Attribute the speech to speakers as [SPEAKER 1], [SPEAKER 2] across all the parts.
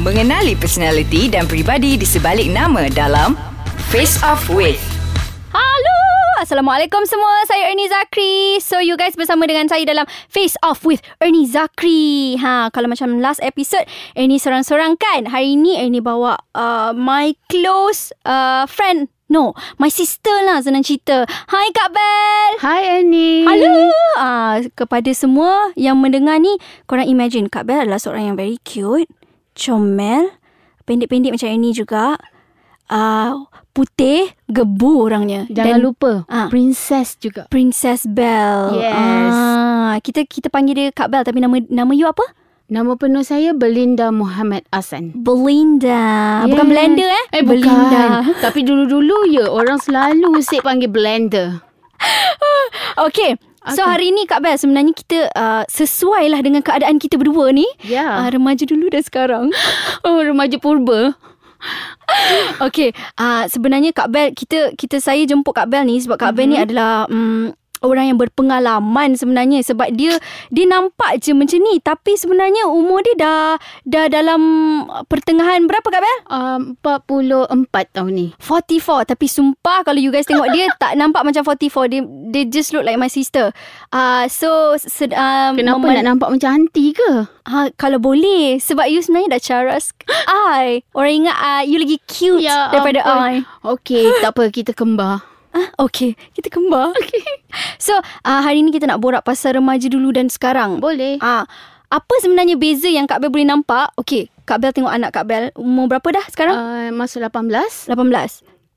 [SPEAKER 1] Mengenali personaliti dan peribadi di sebalik nama dalam Face Off With.
[SPEAKER 2] Halo Assalamualaikum semua Saya Ernie Zakri So you guys bersama dengan saya dalam Face Off with Ernie Zakri Ha Kalau macam last episode Ernie sorang-sorang kan Hari ni Ernie bawa uh, My close uh, friend No My sister lah Senang cerita Hai Kak Bel
[SPEAKER 3] Hai Ernie.
[SPEAKER 2] Halo uh, Kepada semua yang mendengar ni Korang imagine Kak Bel adalah seorang yang very cute Comel Pendek-pendek macam ini juga uh, Putih Gebu orangnya
[SPEAKER 3] Jangan
[SPEAKER 2] Dan
[SPEAKER 3] lupa
[SPEAKER 2] Ah.
[SPEAKER 3] Princess juga.
[SPEAKER 2] Princess Bel
[SPEAKER 3] Yes.
[SPEAKER 2] ah, Kita kita panggil dia Kak Bel Tapi nama nama you apa?
[SPEAKER 3] Nama penuh saya Belinda Muhammad Asan.
[SPEAKER 2] Belinda Bukan
[SPEAKER 3] Yes.
[SPEAKER 2] Blender eh
[SPEAKER 3] Eh
[SPEAKER 2] Belinda
[SPEAKER 3] bukan. Tapi dulu-dulu ya orang selalu asyik panggil blender.
[SPEAKER 2] Okay So
[SPEAKER 3] Okay.
[SPEAKER 2] hari ni Kak Bel Sebenarnya kita uh, Sesuai lah dengan keadaan kita berdua ni
[SPEAKER 3] Ya.
[SPEAKER 2] Ah,
[SPEAKER 3] Yeah.
[SPEAKER 2] remaja dulu dan sekarang.
[SPEAKER 3] Oh remaja purba.
[SPEAKER 2] Okey, ah sebenarnya Kak Bel kita kita saya jemput Kak Bel ni sebab Kak mm-hmm. Bel ni adalah um, orang yang berpengalaman sebenarnya sebab dia dia nampak je macam ni tapi sebenarnya umur dia dah dah dalam pertengahan berapa Kak Bel?
[SPEAKER 3] Um, 44 tahun ni.
[SPEAKER 2] 44 tapi sumpah kalau you guys tengok dia tak nampak macam 44 dia dia just look like my sister. Ah uh, so sed, um,
[SPEAKER 3] Kenapa nak nampak macam anti ke?
[SPEAKER 2] ha, kalau boleh sebab you sebenarnya dah charas I. Orang ingat uh, you lagi cute
[SPEAKER 3] Ya
[SPEAKER 2] daripada I. Ah,
[SPEAKER 3] ampun. Okey, tak apa kita kembar.
[SPEAKER 2] Okay, kita kembar. Okay. So, uh, hari ni kita nak borak pasal remaja dulu dan sekarang.
[SPEAKER 3] Boleh.
[SPEAKER 2] Ah, uh, apa sebenarnya beza yang Kak Bel boleh nampak? Okay, Kak Bel tengok anak Kak Bel. Umur berapa dah sekarang?
[SPEAKER 3] Uh, masa
[SPEAKER 2] 18.
[SPEAKER 3] 18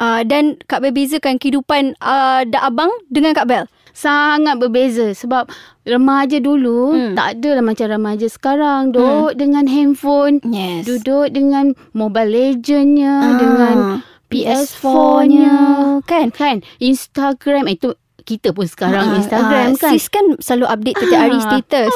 [SPEAKER 2] Uh, dan Kak Bel bezakan kehidupan uh, dah abang dengan Kak Bel.
[SPEAKER 3] sangat berbeza sebab remaja dulu
[SPEAKER 2] Hmm.
[SPEAKER 3] tak adalah macam remaja sekarang duduk dengan handphone
[SPEAKER 2] Yes. Duduk
[SPEAKER 3] Duduk dengan Mobile Legends-nya,
[SPEAKER 2] ah,
[SPEAKER 3] dengan
[SPEAKER 2] dengan
[SPEAKER 3] PS4-nya,
[SPEAKER 2] kan?
[SPEAKER 3] kan? Instagram, eh, itu kita pun
[SPEAKER 2] Ah,
[SPEAKER 3] sekarang Instagram
[SPEAKER 2] ah,
[SPEAKER 3] kan.
[SPEAKER 2] Sis kan selalu update setiap hari
[SPEAKER 3] Ah.
[SPEAKER 2] status.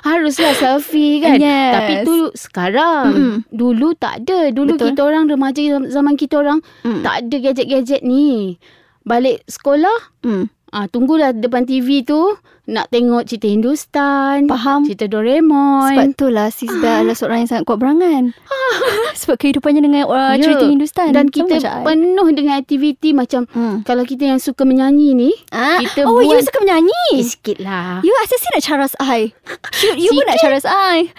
[SPEAKER 3] Haruslah selfie kan.
[SPEAKER 2] Yes.
[SPEAKER 3] Tapi tu sekarang.
[SPEAKER 2] Mm-mm.
[SPEAKER 3] Dulu tak ada. Dulu
[SPEAKER 2] Betul.
[SPEAKER 3] kita orang remaja zam- zaman kita orang
[SPEAKER 2] Mm.
[SPEAKER 3] tak ada gadget-gadget ni. Balik sekolah,
[SPEAKER 2] Hmm.
[SPEAKER 3] ah tunggulah depan TV tu nak tengok cerita Hindustan,
[SPEAKER 2] Faham?
[SPEAKER 3] cerita Doraemon.
[SPEAKER 2] Sebab tu lah Sis Bel adalah seorang yang sangat kuat berangan. Sebab kehidupannya dengan uh,
[SPEAKER 3] Ya.
[SPEAKER 2] cerita Hindustan.
[SPEAKER 3] dan
[SPEAKER 2] Sama
[SPEAKER 3] kita
[SPEAKER 2] macam I.
[SPEAKER 3] penuh dengan aktiviti macam
[SPEAKER 2] Hmm.
[SPEAKER 3] kalau kita yang suka menyanyi ni
[SPEAKER 2] Ah,
[SPEAKER 3] kita
[SPEAKER 2] oh, you
[SPEAKER 3] buat
[SPEAKER 2] suka menyanyi?
[SPEAKER 3] Eh, sikit lah.
[SPEAKER 2] You asyik nak caras I. Cute, you pun nak caras I.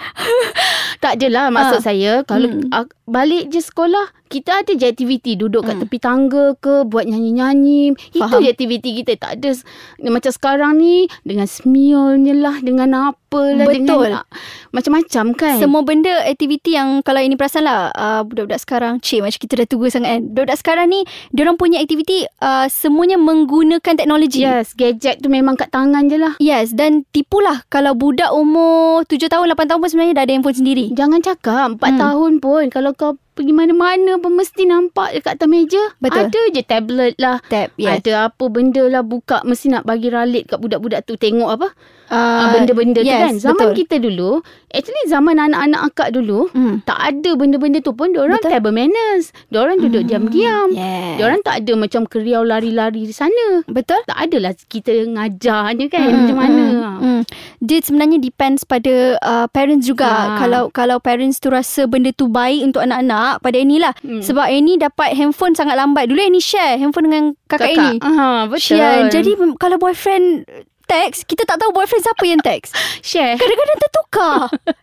[SPEAKER 3] Tak je lah maksud
[SPEAKER 2] Ah.
[SPEAKER 3] saya. Kalau
[SPEAKER 2] Hmm.
[SPEAKER 3] ah, balik je sekolah, kita ada je aktiviti. Duduk kat
[SPEAKER 2] Hmm.
[SPEAKER 3] tepi tangga ke, buat nyanyi-nyanyi. Itu
[SPEAKER 2] Faham.
[SPEAKER 3] je aktiviti kita. Tak ada s- macam sekarang ni dengan smiolnya lah, dengan apalah.
[SPEAKER 2] Betul.
[SPEAKER 3] Dengan, ah, macam-macam kan.
[SPEAKER 2] Semua benda, aktiviti yang kalau ini perasan lah, uh, budak-budak sekarang, cik macam kita dah tua sangat kan. Budak-budak sekarang ni, diorang punya aktiviti uh, semuanya menggunakan teknologi.
[SPEAKER 3] Yes, gadget tu memang kat tangan je lah.
[SPEAKER 2] Yes, dan tipulah kalau budak umur 7 tahun, 8 tahun pun sebenarnya dah ada handphone sendiri.
[SPEAKER 3] Jangan cakap 4
[SPEAKER 2] Hmm.
[SPEAKER 3] tahun pun Kalau kau pergi mana-mana pun Mesti nampak dekat atas meja
[SPEAKER 2] Betul.
[SPEAKER 3] Ada je tablet lah
[SPEAKER 2] Tab, yes.
[SPEAKER 3] Ada apa benda lah buka Mesti nak bagi ralit kat budak-budak tu Tengok apa
[SPEAKER 2] Uh,
[SPEAKER 3] Ah, Benda-benda tu
[SPEAKER 2] yes,
[SPEAKER 3] kan
[SPEAKER 2] betul.
[SPEAKER 3] Zaman kita dulu Actually zaman anak-anak akak dulu
[SPEAKER 2] Hmm.
[SPEAKER 3] Tak ada benda-benda tu pun Diorang
[SPEAKER 2] Betul.
[SPEAKER 3] table manners Diorang duduk
[SPEAKER 2] Hmm,
[SPEAKER 3] diam-diam
[SPEAKER 2] Yes.
[SPEAKER 3] Diorang tak ada macam keriau lari-lari di sana
[SPEAKER 2] Betul?
[SPEAKER 3] Tak adalah kita ngajarnya kan Macam mana
[SPEAKER 2] mm, mm. Dia sebenarnya depends pada uh, parents juga.
[SPEAKER 3] Ah.
[SPEAKER 2] Kalau kalau parents tu rasa benda tu baik untuk anak-anak, pada Annie lah.
[SPEAKER 3] Hmm.
[SPEAKER 2] Sebab Annie dapat handphone sangat lambat. Dulu Annie share handphone dengan kakak, kakak. Annie.
[SPEAKER 3] Ah, Betul
[SPEAKER 2] Share. Jadi mm, kalau boyfriend text, kita tak tahu boyfriend siapa yang text.
[SPEAKER 3] Share
[SPEAKER 2] Kadang-kadang tertukar.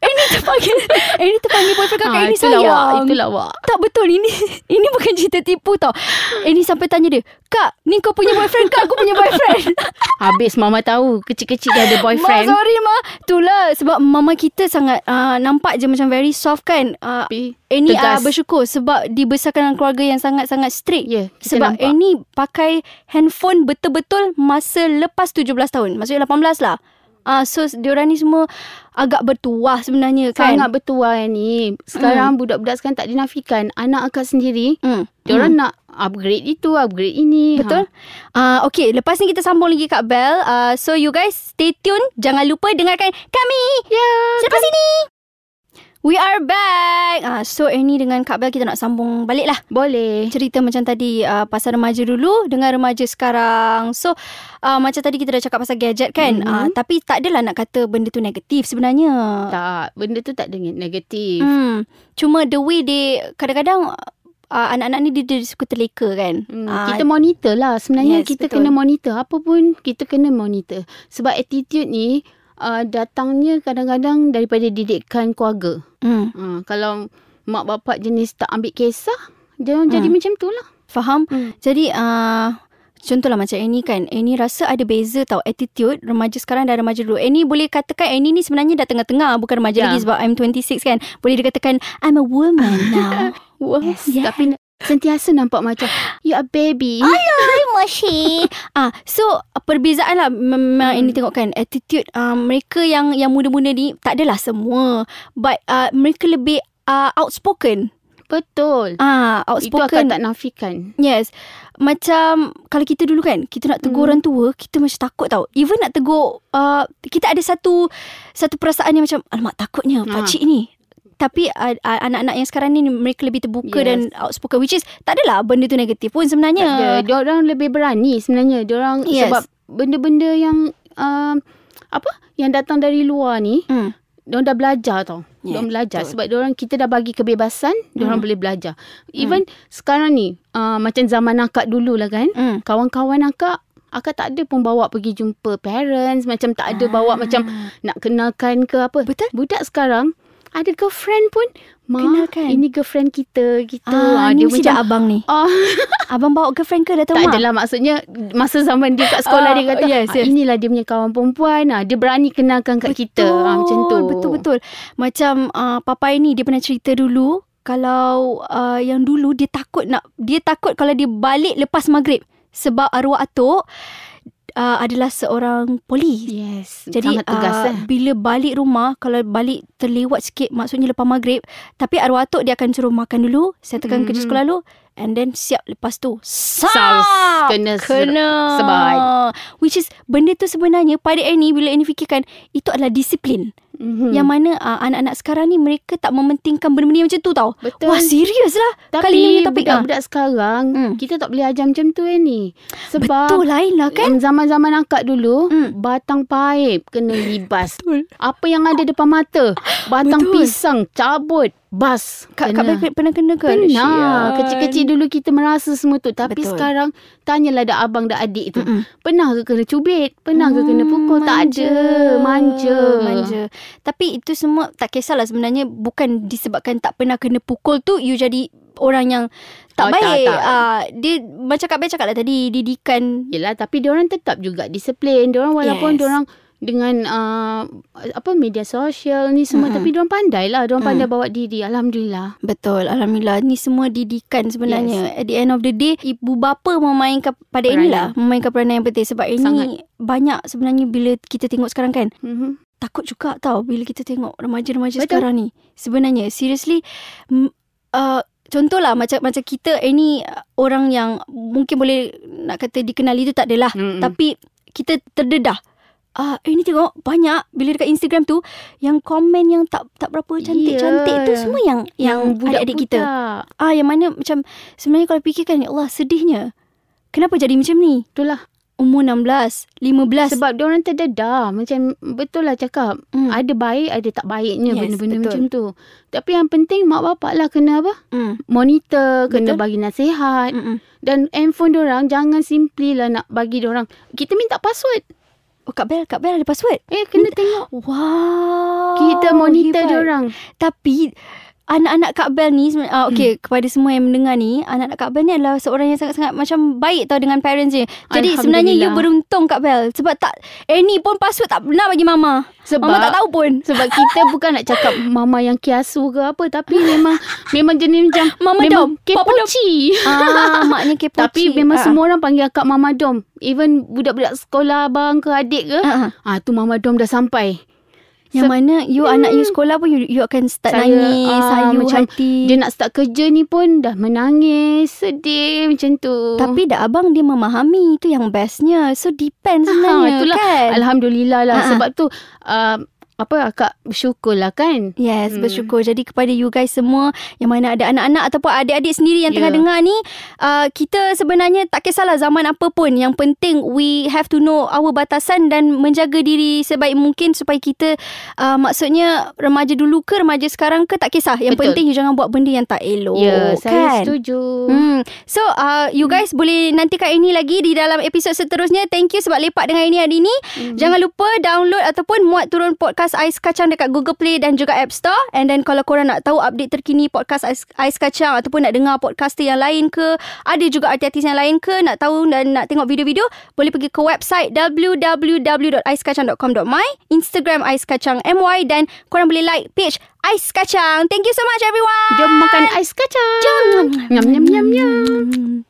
[SPEAKER 2] Annie terpanggil Annie terpanggil boyfriend kakak Annie
[SPEAKER 3] itu
[SPEAKER 2] sayang.
[SPEAKER 3] lawak Itu lawak
[SPEAKER 2] Tak betul ini Ini bukan cerita tipu tau Annie sampai tanya dia Kak ni kau punya boyfriend Kak aku punya boyfriend
[SPEAKER 3] Habis mama tahu Kecil-kecil dia ada boyfriend
[SPEAKER 2] Ma sorry ma Itulah sebab mama kita sangat uh, Nampak je macam very soft kan uh,
[SPEAKER 3] Tapi
[SPEAKER 2] Annie uh,
[SPEAKER 3] tegas.
[SPEAKER 2] bersyukur Sebab dibesarkan dalam keluarga yang sangat-sangat strict
[SPEAKER 3] Ya, kita
[SPEAKER 2] Sebab
[SPEAKER 3] nampak.
[SPEAKER 2] Annie pakai handphone betul-betul Masa lepas 17 tahun Maksudnya 18 lah Ah, uh, so diorang ni semua agak bertuah sebenarnya kan.
[SPEAKER 3] Sangat bertuah ni Sekarang budak-budak sekarang tak dinafikan Anak akak sendiri
[SPEAKER 2] Hmm.
[SPEAKER 3] Diorang nak upgrade itu Upgrade ini Ha,
[SPEAKER 2] Betul? Ah uh, okey, lepas ni kita sambung lagi Kak Bell. Uh, so you guys stay tune, jangan lupa dengarkan kami. Ya. Yeah, Selepas ini. We are back. Ah, so Ernie dengan Kak Bel kita nak sambung balik lah.
[SPEAKER 3] Boleh.
[SPEAKER 2] Cerita macam tadi uh, pasal remaja dulu dengan remaja sekarang. So uh, macam tadi kita dah cakap pasal gadget kan. Mm-hmm. Uh, tapi tak adalah nak kata benda tu negatif sebenarnya.
[SPEAKER 3] Tak, benda tu tak ada neg- negatif.
[SPEAKER 2] Hmm. Cuma the way they kadang-kadang uh, anak-anak ni dia, dia suka terleka kan.
[SPEAKER 3] Hmm,
[SPEAKER 2] Ah,
[SPEAKER 3] kita monitor lah. Sebenarnya
[SPEAKER 2] yes,
[SPEAKER 3] yes, kita
[SPEAKER 2] betul.
[SPEAKER 3] betul. kena monitor. Apa pun kita kena monitor. Sebab attitude ni uh, datangnya kadang-kadang daripada didikan keluarga.
[SPEAKER 2] hmm.
[SPEAKER 3] Uh, kalau mak bapak jenis tak ambil kisah, dia hmm. jadi macam tu lah.
[SPEAKER 2] Faham?
[SPEAKER 3] Hmm.
[SPEAKER 2] Jadi uh, contohlah macam Annie kan. Annie rasa ada beza tau attitude remaja sekarang dan remaja dulu. Annie boleh katakan Annie ni sebenarnya dah tengah-tengah bukan remaja
[SPEAKER 3] Ya.
[SPEAKER 2] lagi sebab I'm 26 kan. Boleh dikatakan I'm a woman now.
[SPEAKER 3] Wah,
[SPEAKER 2] Yes, Ah. yeah.
[SPEAKER 3] Tapi sentiasa nampak macam you are baby.
[SPEAKER 2] Moshi. ah, so perbezaan lah memang hmm. ini tengok kan attitude uh, mereka yang yang muda-muda ni tak adalah semua but uh, mereka lebih uh, outspoken.
[SPEAKER 3] Betul.
[SPEAKER 2] Ah,
[SPEAKER 3] Itu akan
[SPEAKER 2] outspoken.
[SPEAKER 3] tak nafikan.
[SPEAKER 2] Yes. Macam kalau kita dulu kan, kita nak tegur hmm. orang
[SPEAKER 3] Hmm.
[SPEAKER 2] tua, kita macam takut tau. Even nak tegur uh, kita ada satu satu perasaan yang macam alamak takutnya
[SPEAKER 3] Ah.
[SPEAKER 2] pakcik ni. Tapi uh, uh, anak-anak yang sekarang ni mereka lebih terbuka yes.
[SPEAKER 3] Yes.
[SPEAKER 2] dan outspoken which is tak adalah benda tu negatif pun sebenarnya.
[SPEAKER 3] Tak ada. Diorang lebih berani sebenarnya. Diorang
[SPEAKER 2] Yes.
[SPEAKER 3] yes. sebab benda-benda yang um, apa yang datang dari luar ni,
[SPEAKER 2] Hmm.
[SPEAKER 3] diorang dah belajar tau.
[SPEAKER 1] Ya,
[SPEAKER 3] Yeah, diorang
[SPEAKER 1] betul.
[SPEAKER 3] belajar betul. sebab diorang kita dah bagi kebebasan, diorang
[SPEAKER 2] Hmm.
[SPEAKER 3] boleh belajar. Even sekarang ni uh, macam zaman akak dulu lah kan.
[SPEAKER 2] Hmm.
[SPEAKER 3] Kawan-kawan akak Akak tak ada pun bawa pergi jumpa parents Macam tak ada bawa macam Nak kenalkan ke
[SPEAKER 2] Ah.
[SPEAKER 3] apa
[SPEAKER 2] Betul.
[SPEAKER 3] Budak sekarang Ada girlfriend pun Ma,
[SPEAKER 2] Kenalkan.
[SPEAKER 3] "Ah, ini girlfriend kita Kita
[SPEAKER 2] Ah, ni mesti dah abang ni.
[SPEAKER 3] Oh,
[SPEAKER 2] Abang bawa girlfriend ke datang
[SPEAKER 3] tak
[SPEAKER 2] mak?
[SPEAKER 3] adalah maksudnya masa zaman dia kat
[SPEAKER 2] Ah,
[SPEAKER 3] sekolah dia kata
[SPEAKER 2] yes,
[SPEAKER 3] yes,
[SPEAKER 2] yes.
[SPEAKER 3] yes. inilah dia punya kawan perempuan ah dia berani kenalkan kat kita ah, macam tu
[SPEAKER 2] Betul betul. Oh, Macam uh, papai ni dia pernah cerita dulu kalau uh, yang dulu dia takut nak dia takut kalau dia balik lepas maghrib sebab arwah atuk uh, adalah seorang polis.
[SPEAKER 3] yes Jadi,
[SPEAKER 2] Jadi
[SPEAKER 3] sangat tegas
[SPEAKER 2] ah,
[SPEAKER 3] uh, eh
[SPEAKER 2] bila balik rumah kalau balik terlewat sikit maksudnya lepas maghrib tapi arwah atuk dia akan suruh makan dulu settlekan mm. kerja
[SPEAKER 3] Mhm.
[SPEAKER 2] sekolah dulu and then siap lepas tu
[SPEAKER 3] Sars,
[SPEAKER 2] sap
[SPEAKER 3] kena ser-
[SPEAKER 2] kena
[SPEAKER 3] sebat.
[SPEAKER 2] which is benda tu sebenarnya pada Annie bila Annie fikirkan itu adalah disiplin
[SPEAKER 3] Mhm.
[SPEAKER 2] yang mana uh, anak-anak sekarang ni mereka tak mementingkan benda-benda yang macam tu tau
[SPEAKER 3] betul
[SPEAKER 2] wah serius lah
[SPEAKER 3] tapi
[SPEAKER 2] kali ni punya topik,
[SPEAKER 3] budak-budak sekarang
[SPEAKER 2] Hmm.
[SPEAKER 3] kita tak boleh ajar macam tu eh ni
[SPEAKER 2] betul
[SPEAKER 3] sebab
[SPEAKER 2] lain lah kan
[SPEAKER 3] yang zaman-zaman akak dulu
[SPEAKER 2] Hmm.
[SPEAKER 3] batang paip kena libas
[SPEAKER 2] betul
[SPEAKER 3] apa yang ada depan mata batang
[SPEAKER 2] Betul.
[SPEAKER 3] pisang cabut bas
[SPEAKER 2] Kak, Kak
[SPEAKER 3] Kena.
[SPEAKER 2] Bel pernah kena ke? lah.
[SPEAKER 3] Pernah. Kecil-kecil dulu kita merasa semua tu.
[SPEAKER 1] Betul.
[SPEAKER 3] Tapi Betul. sekarang, tanyalah dah abang, dah adik tu.
[SPEAKER 2] Mm-mm.
[SPEAKER 3] Pernah ke kena cubit? Pernah ke kena
[SPEAKER 2] Hmm,
[SPEAKER 3] pukul? Tak ada. Manja.
[SPEAKER 2] Manja. Tapi itu semua tak kisahlah sebenarnya bukan disebabkan tak pernah kena pukul tu you jadi orang yang tak
[SPEAKER 3] Oh, tak,
[SPEAKER 2] baik.
[SPEAKER 3] tak.
[SPEAKER 2] Ah, dia macam Kak Bel cakap lah tadi didikan
[SPEAKER 3] Yelah, tapi diorang tetap juga disiplin. Diorang walaupun
[SPEAKER 1] Yes.
[SPEAKER 3] yes. diorang dengan uh, apa media sosial ni semua.
[SPEAKER 1] Mm-mm.
[SPEAKER 3] Tapi diorang pandai lah. Diorang
[SPEAKER 1] Mm.
[SPEAKER 3] pandai bawa diri. Alhamdulillah.
[SPEAKER 2] Betul, Alhamdulillah. Ni semua didikan sebenarnya. Yes. At the end of the day, ibu bapa memainkan pada ini lah. Memainkan peranan yang penting. Sebab ini
[SPEAKER 3] Sangat.
[SPEAKER 2] banyak sebenarnya bila kita tengok sekarang kan.
[SPEAKER 3] Mm-hmm.
[SPEAKER 2] Takut juga tau bila kita tengok remaja-remaja
[SPEAKER 3] Betul.
[SPEAKER 2] sekarang ni. Sebenarnya, seriously, m- uh, contohlah macam macam kita ini uh, orang yang mungkin boleh nak kata dikenali tu tak adalah.
[SPEAKER 3] Mm-mm.
[SPEAKER 2] Tapi kita terdedah. Ah, uh, ini tengok banyak bila dekat Instagram tu yang komen yang tak tak berapa cantik-cantik tu
[SPEAKER 3] Yeah.
[SPEAKER 2] semua yang yang adik-adik kita.
[SPEAKER 3] Ya. budak.
[SPEAKER 2] Ah yang mana macam sebenarnya kalau fikirkan ya Allah sedihnya. Kenapa jadi macam ni?
[SPEAKER 3] Itulah.
[SPEAKER 2] Umur 16, 15.
[SPEAKER 3] Sebab diorang terdedah. Macam betul lah cakap.
[SPEAKER 2] mm,
[SPEAKER 3] Ada baik, ada tak baiknya
[SPEAKER 2] Yes,
[SPEAKER 3] benda-benda
[SPEAKER 2] betul.
[SPEAKER 3] macam tu. Tapi yang penting mak bapak lah kena apa?
[SPEAKER 2] mm,
[SPEAKER 3] monitor,
[SPEAKER 2] Betul.
[SPEAKER 3] kena
[SPEAKER 2] Hmm.
[SPEAKER 3] bagi nasihat
[SPEAKER 2] mm-mm.
[SPEAKER 3] dan handphone orang jangan simply lah nak bagi orang. Kita minta password.
[SPEAKER 2] Oh Kak Bel, Kak Bel ada password.
[SPEAKER 3] Eh kena
[SPEAKER 2] Oh,
[SPEAKER 3] tengok.
[SPEAKER 2] Wow.
[SPEAKER 3] Kita monitor dia orang.
[SPEAKER 2] Tapi anak-anak Kak Bel ni seben- ah,
[SPEAKER 3] Hmm.
[SPEAKER 2] okay, kepada semua yang mendengar ni, anak-anak Kak Bel ni adalah seorang yang sangat-sangat macam baik tau dengan parents dia. Jadi
[SPEAKER 3] Alhamdulillah.
[SPEAKER 2] sebenarnya you beruntung Kak Bel sebab tak Annie pun password tak pernah bagi mama.
[SPEAKER 3] Sebab
[SPEAKER 2] mama tak tahu pun.
[SPEAKER 3] sebab kita bukan nak cakap mama yang kiasu ke apa tapi memang memang jenis macam
[SPEAKER 2] Mama dom,
[SPEAKER 3] memang
[SPEAKER 2] papa dom.
[SPEAKER 3] kepoci.
[SPEAKER 2] ah, maknya kepoci.
[SPEAKER 3] Tapi memang
[SPEAKER 2] Ah.
[SPEAKER 3] semua orang panggil akak mama dom. Even budak-budak sekolah abang ke adik ke.
[SPEAKER 2] Ah, ah.
[SPEAKER 3] Ah tu mama dom dah sampai.
[SPEAKER 2] Yang
[SPEAKER 3] Se- Hmm.
[SPEAKER 2] mana you anak you sekolah pun you, you akan start
[SPEAKER 3] Saya,
[SPEAKER 2] nangis,
[SPEAKER 3] ah,
[SPEAKER 2] sayu
[SPEAKER 3] macam
[SPEAKER 2] hati.
[SPEAKER 3] Dia nak start kerja ni pun dah menangis, sedih macam tu.
[SPEAKER 2] tapi dah abang dia memahami Itu yang bestnya So depend sebenarnya
[SPEAKER 3] Ah, itulah.
[SPEAKER 2] kan
[SPEAKER 3] Alhamdulillah lah
[SPEAKER 2] Ha-ha.
[SPEAKER 3] sebab tu uh, apa akak bersyukur lah kan.
[SPEAKER 2] Yes,
[SPEAKER 3] Hmm.
[SPEAKER 2] hmm. bersyukur. Jadi kepada you guys semua yang mana ada anak-anak ataupun adik-adik sendiri yang yeah. tengah
[SPEAKER 3] Ya.
[SPEAKER 2] dengar ni, uh, kita sebenarnya tak kisahlah zaman apa pun. Yang penting we have to know our batasan dan menjaga diri sebaik mungkin supaya kita uh, maksudnya remaja dulu ke remaja sekarang ke tak kisah. Yang
[SPEAKER 3] Betul.
[SPEAKER 2] penting you jangan buat benda yang tak elok.
[SPEAKER 3] ya,
[SPEAKER 2] kan?
[SPEAKER 3] saya setuju.
[SPEAKER 2] Hmm. So uh, you guys hmm. boleh nantikan ini lagi di dalam episod seterusnya. Thank you sebab lepak dengan ini hari ini. Hmm. Jangan lupa download ataupun muat turun podcast Ais Kacang dekat Google Play dan juga App Store. And then kalau korang nak tahu update terkini podcast Ais, Ais Kacang ataupun nak dengar podcaster yang lain ke, ada juga artis-artis yang lain ke, nak tahu dan nak tengok video-video, boleh pergi ke website www.aiskacang.com.my, Instagram Ais Kacang MY dan korang boleh like page Ais Kacang. Thank you so much everyone.
[SPEAKER 3] Jom makan ais kacang. Jom. Nyam nyam nyam nyam.
[SPEAKER 2] Hmm.